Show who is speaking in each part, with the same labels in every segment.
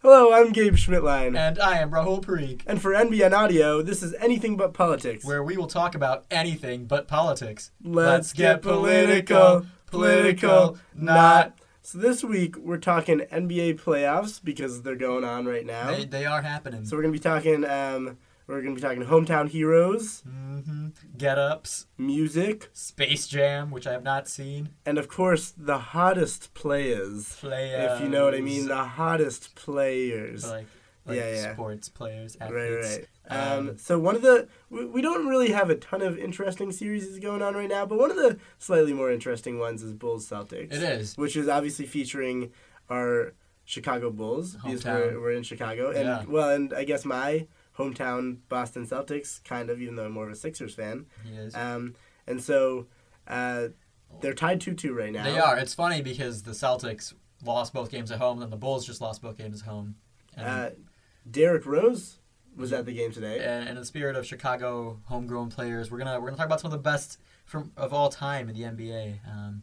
Speaker 1: Hello, I'm Gabe Schmidtline.
Speaker 2: And I am Rahul Parikh,
Speaker 1: and for NBN Audio, this is Anything But Politics.
Speaker 2: where we will talk about anything but politics.
Speaker 1: Let's get political, political, not. So this week we're talking NBA playoffs because they're going on right now.
Speaker 2: They, they are happening.
Speaker 1: So we're gonna be talking. Um, we're gonna be talking hometown heroes,
Speaker 2: hmm Get ups,
Speaker 1: music,
Speaker 2: Space Jam, which I have not seen.
Speaker 1: and of course the hottest players.
Speaker 2: Players.
Speaker 1: If you know what I mean, the hottest players.
Speaker 2: Like, like
Speaker 1: Yeah, yeah.
Speaker 2: sports players,
Speaker 1: Right,
Speaker 2: athletes.
Speaker 1: right. Um, so one of the we, we don't really have a ton of interesting series going on right now, but one of the slightly more interesting ones is Bulls Celtics.
Speaker 2: It is.
Speaker 1: which is obviously featuring our Chicago Bulls because we're,
Speaker 2: Hometown.
Speaker 1: we're in Chicago, and
Speaker 2: Yeah.
Speaker 1: well, and I guess my hometown Boston Celtics, kind of, even though I'm more of a Sixers fan.
Speaker 2: He is.
Speaker 1: Um, and so uh, they're tied two two right now.
Speaker 2: They are. It's funny because the Celtics lost both games at home, and the Bulls just lost both games at home. And,
Speaker 1: Uh, Derrick Rose was at the game today.
Speaker 2: and in the spirit of Chicago homegrown players, we're gonna we're gonna talk about some of the best from of all time in the NBA. Um,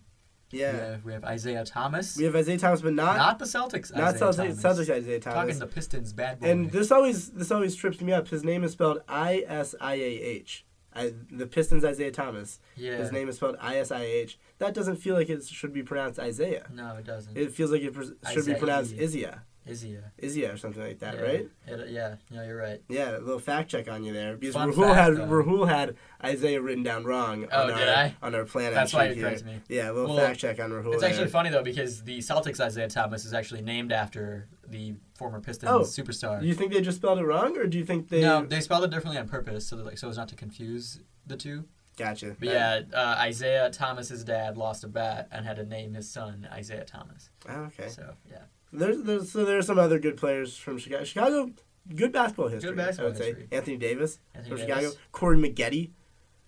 Speaker 1: Yeah,
Speaker 2: We, have, we have Isaiah Thomas,
Speaker 1: we have Isaiah Thomas, but not
Speaker 2: not the Celtics.
Speaker 1: not
Speaker 2: Isaiah
Speaker 1: Celtics,
Speaker 2: Thomas.
Speaker 1: Celtics Isaiah
Speaker 2: Talking
Speaker 1: Thomas.
Speaker 2: the Pistons, bad boy.
Speaker 1: And this always this always trips me up. His name is spelled I S I A H. I, the Pistons Isaiah Thomas.
Speaker 2: yeah.
Speaker 1: His name is spelled I S I A H. That doesn't feel like it should be pronounced Isaiah.
Speaker 2: No, it doesn't.
Speaker 1: It feels like it pr- should be
Speaker 2: Isaiah.
Speaker 1: pronounced Izia,
Speaker 2: Izia.
Speaker 1: Izia or something like that,
Speaker 2: yeah.
Speaker 1: right?
Speaker 2: It- yeah. No, you're right.
Speaker 1: Yeah, a little fact check on you there because
Speaker 2: Fun
Speaker 1: Rahul had
Speaker 2: fact, though.
Speaker 1: Rahul had Isaiah written down wrong
Speaker 2: Oh,
Speaker 1: on
Speaker 2: did
Speaker 1: our
Speaker 2: I?
Speaker 1: on our plan.
Speaker 2: That's
Speaker 1: sheet
Speaker 2: why you
Speaker 1: here.
Speaker 2: corrected me.
Speaker 1: Yeah, a little
Speaker 2: Well,
Speaker 1: fact check on Rahul.
Speaker 2: It's
Speaker 1: there.
Speaker 2: actually funny though because the Celtics Isaiah Thomas is actually named after the former Pistons
Speaker 1: Oh,
Speaker 2: superstar.
Speaker 1: Do you think they just spelled it wrong, or do you think they?
Speaker 2: No, they spelled it differently on purpose, so that, like so as not to confuse the two.
Speaker 1: Gotcha.
Speaker 2: But yeah, uh, Isaiah Thomas's dad lost a bet and had to name his son Isaiah Thomas.
Speaker 1: Oh, okay.
Speaker 2: So yeah,
Speaker 1: There's, there's so there are some other good players from Chicago. Chicago, good basketball history.
Speaker 2: basketball
Speaker 1: I would say
Speaker 2: history.
Speaker 1: Anthony Davis
Speaker 2: Anthony
Speaker 1: from
Speaker 2: Davis.
Speaker 1: Chicago. Corey Maggette.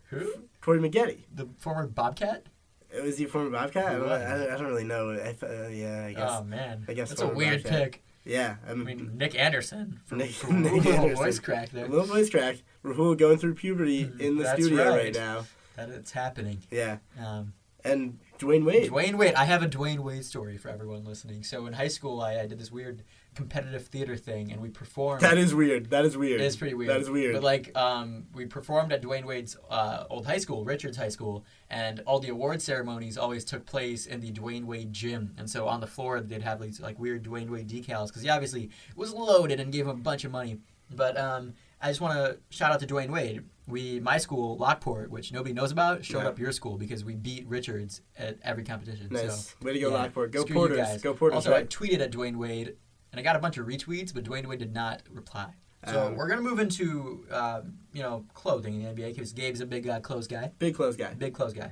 Speaker 2: Who?
Speaker 1: Corey Maggette.
Speaker 2: The former Bobcat?
Speaker 1: Is he a former Bobcat? I don't,
Speaker 2: What?
Speaker 1: I don't, I don't really know. I, th- uh, yeah, I guess.
Speaker 2: Oh man,
Speaker 1: I guess
Speaker 2: that's a
Speaker 1: former
Speaker 2: weird
Speaker 1: Bobcat.
Speaker 2: pick.
Speaker 1: yeah, I'm,
Speaker 2: I mean, Nick Anderson from,
Speaker 1: Nick-
Speaker 2: from
Speaker 1: Nick
Speaker 2: little
Speaker 1: Anderson.
Speaker 2: voice crack there.
Speaker 1: little voice crack. Rahul going through puberty
Speaker 2: Mm,
Speaker 1: in the
Speaker 2: that's
Speaker 1: studio right.
Speaker 2: right.
Speaker 1: now.
Speaker 2: That it's happening.
Speaker 1: Yeah,
Speaker 2: Um,
Speaker 1: and Dwayne Wade.
Speaker 2: Dwayne Wade. I have a Dwayne Wade story for everyone listening. So in high school, I, I did this weird competitive theater thing, and we performed.
Speaker 1: That is weird. That is weird.
Speaker 2: It is pretty weird.
Speaker 1: That is weird.
Speaker 2: But like, um, we performed at Dwayne Wade's uh, old high school, Richards High School, and all the award ceremonies always took place in the Dwayne Wade gym. And so on the floor, they'd have these like weird Dwayne Wade decals because he obviously was loaded and gave him a bunch of money. But um, I just want to shout out to Dwayne Wade. We, my school, Lockport, which nobody knows about, showed
Speaker 1: Yeah.
Speaker 2: up your school because we beat Richards at every competition. So,
Speaker 1: nice. Way to go,
Speaker 2: yeah.
Speaker 1: Lockport. Go
Speaker 2: Screw you
Speaker 1: Porters.
Speaker 2: guys.
Speaker 1: Go Porters.
Speaker 2: Also, I
Speaker 1: right?
Speaker 2: tweeted at Dwayne Wade, and I got a bunch of retweets, but Dwayne Wade did not reply. So
Speaker 1: Um,
Speaker 2: we're gonna move into uh, you know clothing in the NBA because Gabe's a big uh, clothes guy,
Speaker 1: Big clothes guy.
Speaker 2: big clothes guy.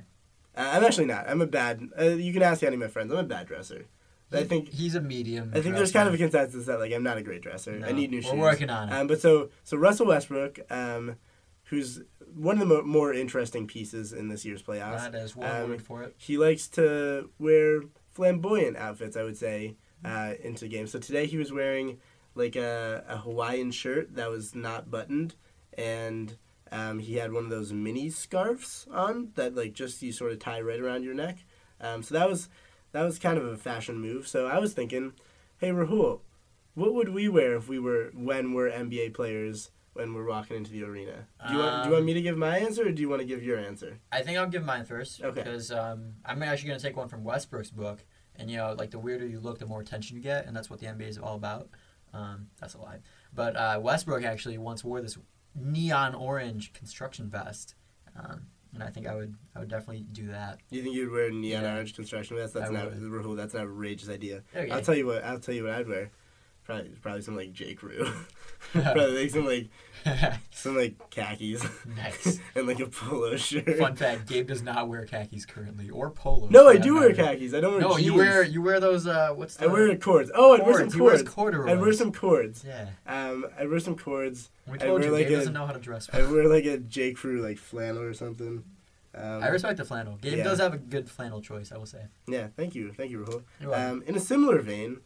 Speaker 1: Uh, I'm actually not. I'm a bad. Uh, you can ask any of my friends. I'm a bad dresser. I
Speaker 2: He-
Speaker 1: think
Speaker 2: he's a medium.
Speaker 1: I think there's kind of a consensus that like I'm not a great dresser. I
Speaker 2: No,
Speaker 1: need new
Speaker 2: we're
Speaker 1: shoes.
Speaker 2: working on it.
Speaker 1: Um, but so so Russell Westbrook, um, who's one of the mo- more interesting pieces in this year's playoffs.
Speaker 2: Not as one
Speaker 1: Um,
Speaker 2: word for it.
Speaker 1: He likes to wear flamboyant outfits. I would say uh, into games. So today he was wearing like a, a Hawaiian shirt that was not buttoned, and um, he had one of those mini scarves on that like just you sort of tie right around your neck. Um, so that was that was kind of a fashion move. So I was thinking, hey Rahul, what would we wear if we were when we're NBA players when we're walking into the arena? Do you want, do you want me to give my answer or do you want to give your answer?
Speaker 2: I think I'll give mine first
Speaker 1: Okay.
Speaker 2: because um, I'm actually gonna take one from Westbrook's book, and you know like the weirder you look, the more attention you get, and that's what the NBA is all about. Um, that's a lie, but uh, Westbrook actually once wore this neon orange construction vest, um, and I think I would I would definitely do that.
Speaker 1: You think you'd wear neon
Speaker 2: Yeah.
Speaker 1: orange construction vest? That's
Speaker 2: I
Speaker 1: not
Speaker 2: would.
Speaker 1: Rahul. That's an outrageous idea.
Speaker 2: Okay.
Speaker 1: I'll tell you what. I'll tell you what I'd wear. Probably probably something like J Crew. probably like some like some like khakis.
Speaker 2: Nice.
Speaker 1: and like a polo shirt.
Speaker 2: Fun fact: Gabe does not wear khakis currently or polos.
Speaker 1: No,
Speaker 2: for
Speaker 1: I
Speaker 2: that
Speaker 1: do wear
Speaker 2: matter.
Speaker 1: khakis. I don't wear.
Speaker 2: No, you
Speaker 1: jeans.
Speaker 2: wear you wear those. Uh, what's
Speaker 1: I
Speaker 2: the?
Speaker 1: wear cords. Oh, I wear some
Speaker 2: Cords. He wears
Speaker 1: cords.
Speaker 2: corduroys.
Speaker 1: I wear some cords.
Speaker 2: Yeah,
Speaker 1: Um, I wear some cords.
Speaker 2: we
Speaker 1: I
Speaker 2: told
Speaker 1: wear
Speaker 2: you
Speaker 1: like
Speaker 2: Gabe
Speaker 1: a-
Speaker 2: doesn't know how to dress.
Speaker 1: I wear like a J Crew like flannel or something. Um,
Speaker 2: I respect the flannel. Gabe
Speaker 1: Yeah.
Speaker 2: does have a good flannel choice, I will say.
Speaker 1: Yeah, thank you, thank you, Rahul.
Speaker 2: You're welcome.
Speaker 1: Um, in a similar vein,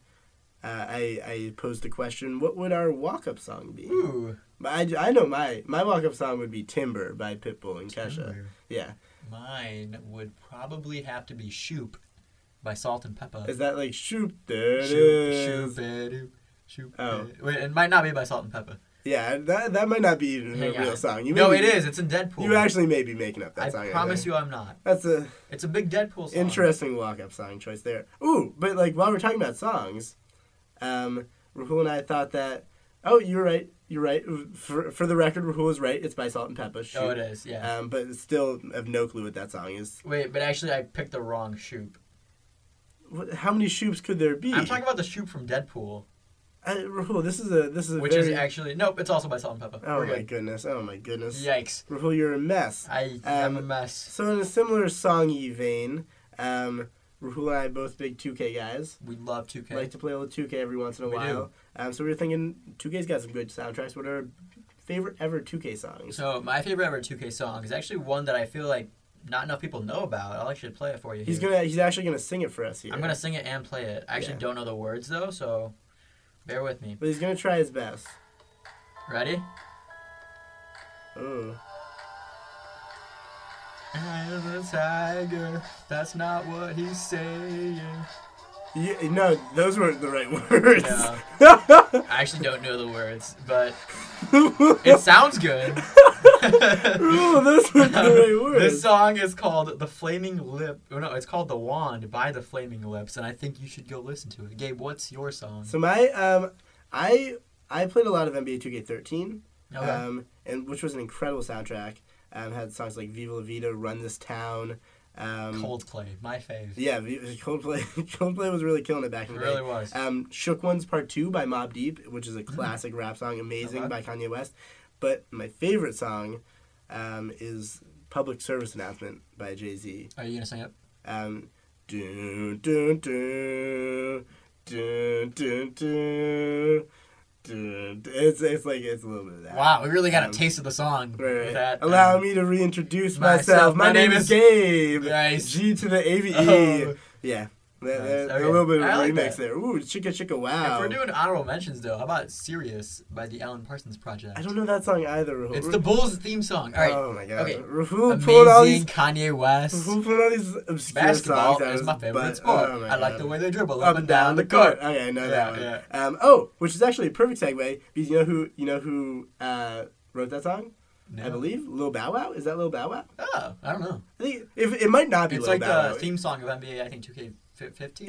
Speaker 1: uh, I I posed the question: What would our walk up song be?
Speaker 2: Ooh,
Speaker 1: But I, I know my my walk up song would be Timber by Pitbull and Kesha.
Speaker 2: Timber.
Speaker 1: Yeah,
Speaker 2: mine would probably have to be Shoop by Salt and Peppa.
Speaker 1: is that like shoot there it
Speaker 2: Shoop,
Speaker 1: is?
Speaker 2: shoop, ba-doop, Shoot.
Speaker 1: Oh.
Speaker 2: Wait, it might not be by Salt and Pepper.
Speaker 1: Yeah, that, that might not be even
Speaker 2: Hang
Speaker 1: a real
Speaker 2: on.
Speaker 1: song.
Speaker 2: no,
Speaker 1: may
Speaker 2: it
Speaker 1: be-
Speaker 2: is. It's in Deadpool.
Speaker 1: You actually may be making up that
Speaker 2: I
Speaker 1: song.
Speaker 2: promise
Speaker 1: think.
Speaker 2: you, I'm not.
Speaker 1: That's a
Speaker 2: It's a big Deadpool song.
Speaker 1: interesting walk-up song choice there. Ooh, but like while we're talking about songs, um, Rahul and I thought that. Oh, you're right. You're right. For, for the record, Rahul is right. It's by Salt and Pepper. Shoot.
Speaker 2: Oh, it is. Yeah.
Speaker 1: Um, but still have no clue what that song is.
Speaker 2: Wait, but actually, I picked the wrong Shoop.
Speaker 1: What, how many shoops could there be?
Speaker 2: I'm talking about the Shoop from Deadpool,
Speaker 1: Uh, Rahul, this is a this is a
Speaker 2: which
Speaker 1: very.
Speaker 2: is actually nope. It's also by Salt and Pepper.
Speaker 1: oh
Speaker 2: We're
Speaker 1: my
Speaker 2: good.
Speaker 1: goodness! Oh my goodness!
Speaker 2: Yikes!
Speaker 1: Rahul, you're a mess.
Speaker 2: I am a
Speaker 1: Um,
Speaker 2: mess.
Speaker 1: So in a similar songy vein, um, Rahul and I both big 2K guys.
Speaker 2: We love 2K.
Speaker 1: Like to play a little 2K every once in a
Speaker 2: We do.
Speaker 1: while. Um, so we were thinking 2K's got some good soundtracks. What are our favorite ever 2K songs?
Speaker 2: so my favorite ever 2K song is actually one that I feel like not enough people know about. I'll actually play it for you.
Speaker 1: He's
Speaker 2: here.
Speaker 1: gonna he's actually gonna sing it for us here.
Speaker 2: I'm gonna sing it and play it. I actually
Speaker 1: Yeah.
Speaker 2: don't know the words though, so bear with me.
Speaker 1: But he's gonna try his best.
Speaker 2: Ready?
Speaker 1: Ooh.
Speaker 2: I'm a tiger. That's not what he's saying.
Speaker 1: You, no, those weren't the right words.
Speaker 2: Yeah. I actually don't know the words, but it sounds good.
Speaker 1: Ooh, those weren't the right words.
Speaker 2: This song is called "The Flaming Lip." Oh no, it's called "The Wand" by The Flaming Lips, and I think you should go listen to it. Gabe, what's your song?
Speaker 1: So my um, I I played a lot of NBA 2K13,
Speaker 2: Okay.
Speaker 1: um, and which was an incredible soundtrack. Um, had songs like "Viva La Vida," "Run This Town." Um,
Speaker 2: Coldplay, my fave.
Speaker 1: Yeah, Vi- Coldplay. Coldplay was really killing it back
Speaker 2: It
Speaker 1: in the
Speaker 2: really
Speaker 1: day.
Speaker 2: was. Mm-hmm.
Speaker 1: Um, "Shook Ones Part Two by Mob Deep, which is a classic rap song, amazing
Speaker 2: Okay.
Speaker 1: by Kanye West. But my favorite song um, is "Public Service Announcement" by Jay Z.
Speaker 2: Are you gonna sing it?
Speaker 1: Um, do do do do do do. do. It's it's like it's a little bit of that.
Speaker 2: Wow, we really got
Speaker 1: Um,
Speaker 2: a taste of the song.
Speaker 1: Right, right.
Speaker 2: with That,
Speaker 1: Allow
Speaker 2: um,
Speaker 1: me to reintroduce myself.
Speaker 2: myself.
Speaker 1: My,
Speaker 2: My
Speaker 1: name,
Speaker 2: name
Speaker 1: is
Speaker 2: is-
Speaker 1: Gabe.
Speaker 2: Nice.
Speaker 1: G to the A V E.
Speaker 2: Oh.
Speaker 1: Yeah. There-
Speaker 2: Nice.
Speaker 1: there-
Speaker 2: Okay.
Speaker 1: A little bit of
Speaker 2: I like
Speaker 1: remix
Speaker 2: that.
Speaker 1: there. Ooh, chicka chicka wow.
Speaker 2: If we're doing honorable mentions though, how about "Serious" by the Alan Parsons Project?
Speaker 1: I don't know that song either. Rahul.
Speaker 2: It's the Bulls theme song. All right.
Speaker 1: Oh my god.
Speaker 2: Okay.
Speaker 1: Rahul pulled all these.
Speaker 2: Amazing Kanye West.
Speaker 1: Rahul pulled all these obscure
Speaker 2: Basketball
Speaker 1: songs out of
Speaker 2: is my
Speaker 1: his
Speaker 2: favorite
Speaker 1: butt.
Speaker 2: sport.
Speaker 1: Oh my
Speaker 2: I like
Speaker 1: God.
Speaker 2: the way they dribble
Speaker 1: up and down the court. Okay, I know that one.
Speaker 2: Yeah,
Speaker 1: Um, oh, which is actually a perfect segue because you know who you know who uh, wrote that song? I
Speaker 2: No.
Speaker 1: believe Lil Bow Wow. Is that Lil Bow Wow?
Speaker 2: Oh, I don't know.
Speaker 1: I think if it might not be
Speaker 2: It's
Speaker 1: Lil
Speaker 2: like
Speaker 1: Bow
Speaker 2: the
Speaker 1: Wow.
Speaker 2: theme song of NBA, I think 2K15.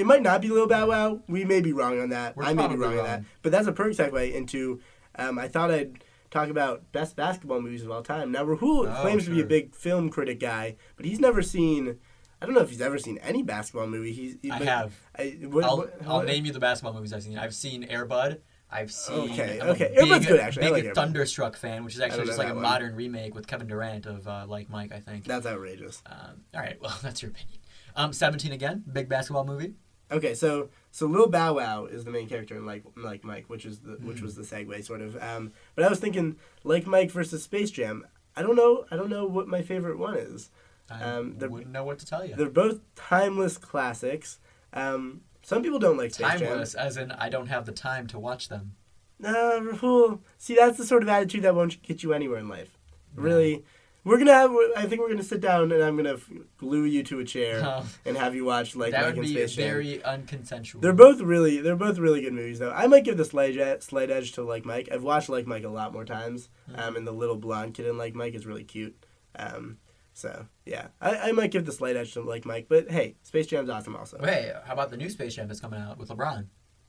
Speaker 1: It might not be Lil Bow Wow. We may be wrong on that.
Speaker 2: We're
Speaker 1: I may be
Speaker 2: probably
Speaker 1: wrong, on
Speaker 2: wrong.
Speaker 1: that. But that's a perfect segue into. Um, I thought I'd talk about best basketball movies of all time. Now Rahul
Speaker 2: Oh,
Speaker 1: claims to be a
Speaker 2: sure.
Speaker 1: big film critic guy, but he's never seen. I don't know if he's ever seen any basketball movie. He's. he-
Speaker 2: I
Speaker 1: but- uh,
Speaker 2: have.
Speaker 1: I, what,
Speaker 2: I'll,
Speaker 1: what-
Speaker 2: I'll
Speaker 1: what-
Speaker 2: name you the basketball movies I've seen. I've seen Airbud. I've seen.
Speaker 1: Okay,
Speaker 2: I'm a
Speaker 1: okay.
Speaker 2: Big,
Speaker 1: Air Bud's good, actually. I
Speaker 2: Big
Speaker 1: like Air Bud.
Speaker 2: Thunderstruck fan, which is
Speaker 1: don't
Speaker 2: actually
Speaker 1: know
Speaker 2: just like
Speaker 1: that
Speaker 2: a
Speaker 1: one.
Speaker 2: modern remake with Kevin Durant of uh, Like Mike, I think.
Speaker 1: That's outrageous.
Speaker 2: Um, all right, well, that's your opinion. Um, 17 again, big basketball movie.
Speaker 1: Okay, so so Lil Bow Wow is the main character in like like Mike, which is the which was the
Speaker 2: Hmm.
Speaker 1: segue sort of. Um, but I was thinking like Mike versus Space Jam. I don't know. I don't know what my favorite one is.
Speaker 2: I
Speaker 1: Um, the-
Speaker 2: wouldn't know what to tell you.
Speaker 1: They're both timeless classics. Um, some people don't like Space
Speaker 2: Timeless, as in I don't have the time to watch them.
Speaker 1: Jam. Uh, Rahul, see that's the sort of attitude that won't get you anywhere in life. Really, we're gonna have. I think we're gonna sit down and I'm gonna f- glue you to a chair
Speaker 2: Um,
Speaker 1: and have you watch like
Speaker 2: that
Speaker 1: Mike
Speaker 2: would
Speaker 1: and
Speaker 2: be
Speaker 1: Space Jam.
Speaker 2: very unconsensual.
Speaker 1: They're both really they're both really good movies though. I might give the slight edge, slight edge to Like Mike. I've watched Like Mike a lot more times,
Speaker 2: Mm.
Speaker 1: um, and the little blonde kid in Like Mike is really cute. Um, so yeah, I, I might give the slight edge to Like Mike, but hey, Space Jam's awesome also.
Speaker 2: Hey, how about the new Space Jam that's coming out with LeBron?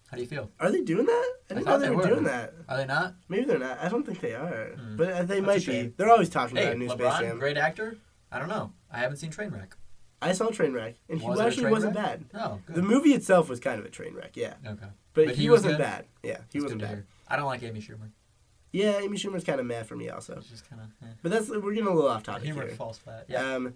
Speaker 2: How do you feel?
Speaker 1: Are they doing that? I didn't know
Speaker 2: thought
Speaker 1: they,
Speaker 2: they
Speaker 1: were
Speaker 2: were.
Speaker 1: doing that.
Speaker 2: Are they not?
Speaker 1: Maybe they're not. I don't think they are, but uh, they
Speaker 2: That's a
Speaker 1: might be.
Speaker 2: shame.
Speaker 1: They're always talking
Speaker 2: Hey,
Speaker 1: about new Space Jam.
Speaker 2: LeBron, great actor. I don't know. I haven't seen Trainwreck.
Speaker 1: I saw Trainwreck, and he
Speaker 2: Was it a
Speaker 1: actually
Speaker 2: train
Speaker 1: wasn't
Speaker 2: wreck?
Speaker 1: bad.
Speaker 2: No, good.
Speaker 1: The movie itself was kind of a train wreck, yeah,
Speaker 2: okay,
Speaker 1: but,
Speaker 2: But
Speaker 1: he,
Speaker 2: he was
Speaker 1: wasn't
Speaker 2: good?
Speaker 1: bad. Yeah, he
Speaker 2: That's
Speaker 1: wasn't
Speaker 2: good to
Speaker 1: bad.
Speaker 2: hear. I don't like Amy Schumer.
Speaker 1: Yeah, Amy Schumer's kind of mad for me also.
Speaker 2: It's just kind of
Speaker 1: But that's we're getting a little off
Speaker 2: eh.
Speaker 1: topic
Speaker 2: humor
Speaker 1: here.
Speaker 2: falls flat. Yeah.
Speaker 1: Um,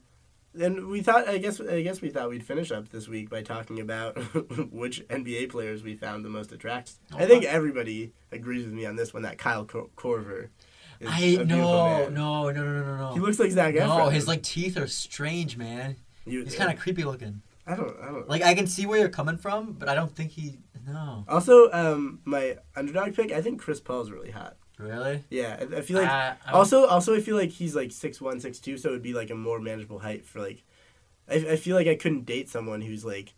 Speaker 1: and we thought, I guess, I guess we thought we'd finish up this week by talking about which NBA players we found the most attractive. I think everybody agrees with me on this one. That Kyle Cor- Corver. Is a
Speaker 2: I
Speaker 1: beautiful
Speaker 2: no,
Speaker 1: man.
Speaker 2: no, no, no, no, no,
Speaker 1: He
Speaker 2: no.
Speaker 1: looks like Zach Efron.
Speaker 2: No, his like teeth are strange, man.
Speaker 1: You-
Speaker 2: He's kind of creepy looking.
Speaker 1: I don't. I don't.
Speaker 2: Like I can see where you're coming from, but I don't think he. No,
Speaker 1: also, um, my underdog pick. I think Chris Paul's really hot.
Speaker 2: really.
Speaker 1: Yeah, I, I feel like.
Speaker 2: I- I don't-
Speaker 1: also, also, I feel like he's like six one, six two, so it would be like a more manageable height for like. I, I feel like I couldn't date someone who's like,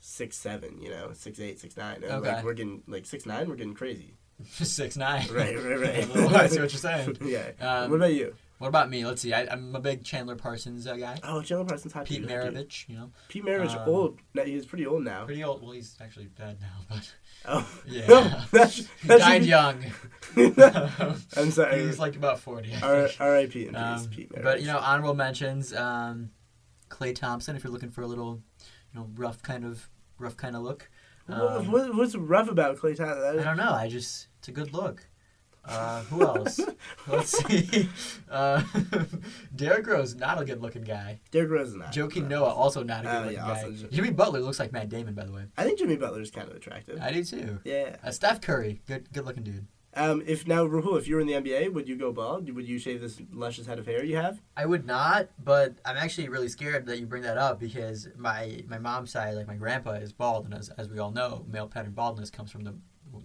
Speaker 1: six seven, you know, six eight, six nine. And
Speaker 2: Okay.
Speaker 1: like we're getting like six nine, we're getting crazy.
Speaker 2: Six nine.
Speaker 1: Right, right, right.
Speaker 2: I see what you're saying.
Speaker 1: yeah.
Speaker 2: Um,
Speaker 1: what about you?
Speaker 2: What about me? Let's see. I, I'm a big Chandler Parsons uh, guy.
Speaker 1: Oh, Chandler Parsons hot
Speaker 2: Pete
Speaker 1: dude, hot dude.
Speaker 2: Maravich, you know,
Speaker 1: Pete Maravich,
Speaker 2: um,
Speaker 1: old. No, he's pretty old now.
Speaker 2: pretty old. Well, he's actually dead now, but
Speaker 1: oh,
Speaker 2: yeah,
Speaker 1: that sh-
Speaker 2: he
Speaker 1: that
Speaker 2: died
Speaker 1: should be-
Speaker 2: young.
Speaker 1: I'm
Speaker 2: he
Speaker 1: sorry.
Speaker 2: was like about forty. I
Speaker 1: R-
Speaker 2: think.
Speaker 1: R.I.P. in peace,
Speaker 2: Um,
Speaker 1: Pete Maravich.
Speaker 2: but you know, honorable mentions: um, Clay Thompson, if you're looking for a little, you know, rough kind of rough kind of look.
Speaker 1: What-
Speaker 2: Um,
Speaker 1: what, what's rough about Clay Thompson? That
Speaker 2: I
Speaker 1: is-
Speaker 2: don't know. I just it's a good look. Uh, who else? Let's see. Uh, Derrick Rose, not a good-looking guy.
Speaker 1: Derrick Rose is not.
Speaker 2: Joakim
Speaker 1: no.
Speaker 2: Noah, also not a
Speaker 1: Oh,
Speaker 2: good-looking
Speaker 1: yeah,
Speaker 2: guy.
Speaker 1: also Jo-
Speaker 2: Jimmy Butler looks like Matt Damon, by the way.
Speaker 1: I think Jimmy Butler's kind of attractive.
Speaker 2: I do too.
Speaker 1: yeah.
Speaker 2: Uh, Steph Curry, good good-looking dude.
Speaker 1: Um, if now Rahul, if you were in the NBA, would you go bald? Would you shave this luscious head of hair you have?
Speaker 2: I would not, but I'm actually really scared that you bring that up because my my mom's side, like my grandpa, is bald, and as, as we all know, male pattern baldness comes from the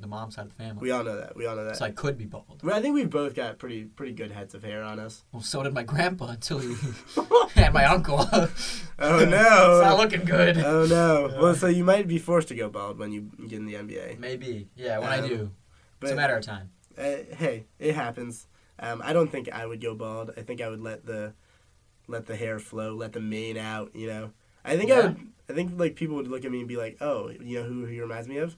Speaker 2: the mom side of the family.
Speaker 1: We all know that. We all know that.
Speaker 2: So I could be bald.
Speaker 1: well, I think we've both got pretty pretty good heads of hair on us.
Speaker 2: Well, so did my grandpa until he
Speaker 1: oh
Speaker 2: and my uncle. oh it's not
Speaker 1: no!
Speaker 2: looking good.
Speaker 1: oh no! Well, so you might be forced to go bald when you get in the NBA.
Speaker 2: Maybe, yeah. When I
Speaker 1: Um,
Speaker 2: do,
Speaker 1: But
Speaker 2: it's a matter of time.
Speaker 1: uh, hey, it happens. Um, I don't think I would go bald. I think I would let the let the hair flow, let the mane out. You know, I think I
Speaker 2: Yeah.
Speaker 1: would. I think like people would look at me and be like, "Oh, you know who he reminds me of?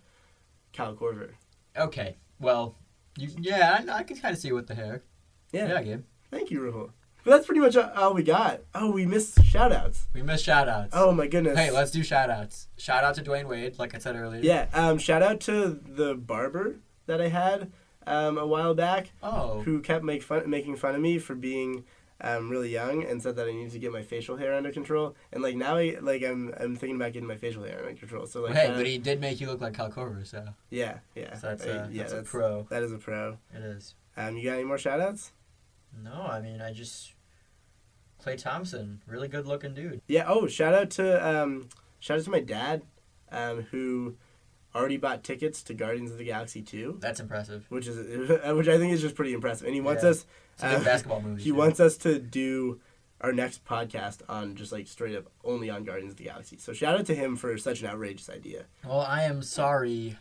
Speaker 1: Kyle Korver."
Speaker 2: Okay. Well, you, yeah, I, I can kind of see with the hair. Yeah, yeah Gabe.
Speaker 1: Thank you, Rahul. But that's pretty much a- all we got. Oh, we missed shout outs.
Speaker 2: We missed shout outs.
Speaker 1: Oh my goodness.
Speaker 2: Hey, let's do shout outs. Shout out to Dwayne Wade, like I said earlier.
Speaker 1: Yeah, um, shout out to the barber that I had um, a while back
Speaker 2: Oh.
Speaker 1: who kept make fun, making fun of me for being um, really young and said that I needed to get my facial hair under control. And like now I like I'm I'm thinking about getting my facial hair under control. So like
Speaker 2: hey,
Speaker 1: uh,
Speaker 2: but he did make you look like Kyle Korver, so
Speaker 1: yeah, yeah.
Speaker 2: so that's,
Speaker 1: I-
Speaker 2: a,
Speaker 1: yeah,
Speaker 2: that's, a pro.
Speaker 1: that is a pro.
Speaker 2: It is.
Speaker 1: Um, you got any more shout outs?
Speaker 2: No, I mean, I just Clay Thompson, really good looking dude.
Speaker 1: Yeah. Oh, shout out to um, shout out to my dad, um, who already bought tickets to Guardians of the Galaxy Two,
Speaker 2: That's impressive.
Speaker 1: which is which I think is just pretty impressive. And he wants
Speaker 2: Yeah.
Speaker 1: us.
Speaker 2: It's a good
Speaker 1: uh,
Speaker 2: basketball movie.
Speaker 1: he
Speaker 2: too.
Speaker 1: wants us to do our next podcast on just like straight up only on Guardians of the Galaxy. So shout out to him for such an outrageous idea,
Speaker 2: Well, I am sorry,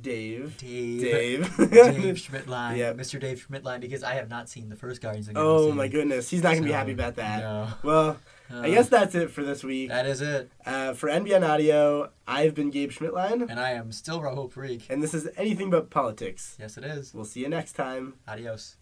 Speaker 1: Dave.
Speaker 2: Dave.
Speaker 1: Dave.
Speaker 2: Dave Schmidtline,
Speaker 1: Yeah.
Speaker 2: Mr. Dave Schmidtline, because I have not seen the first Guardians of the Galaxy.
Speaker 1: oh my goodness, he's not gonna be happy about that.
Speaker 2: No.
Speaker 1: Well, I
Speaker 2: Uh,
Speaker 1: guess that's it for this week.
Speaker 2: that is it.
Speaker 1: Uh, for NBN Audio, I've been Gabe Schmidtline,
Speaker 2: And I am still Rahul Parikh.
Speaker 1: and this is anything but politics.
Speaker 2: Yes, it is.
Speaker 1: We'll see you next time.
Speaker 2: Adios.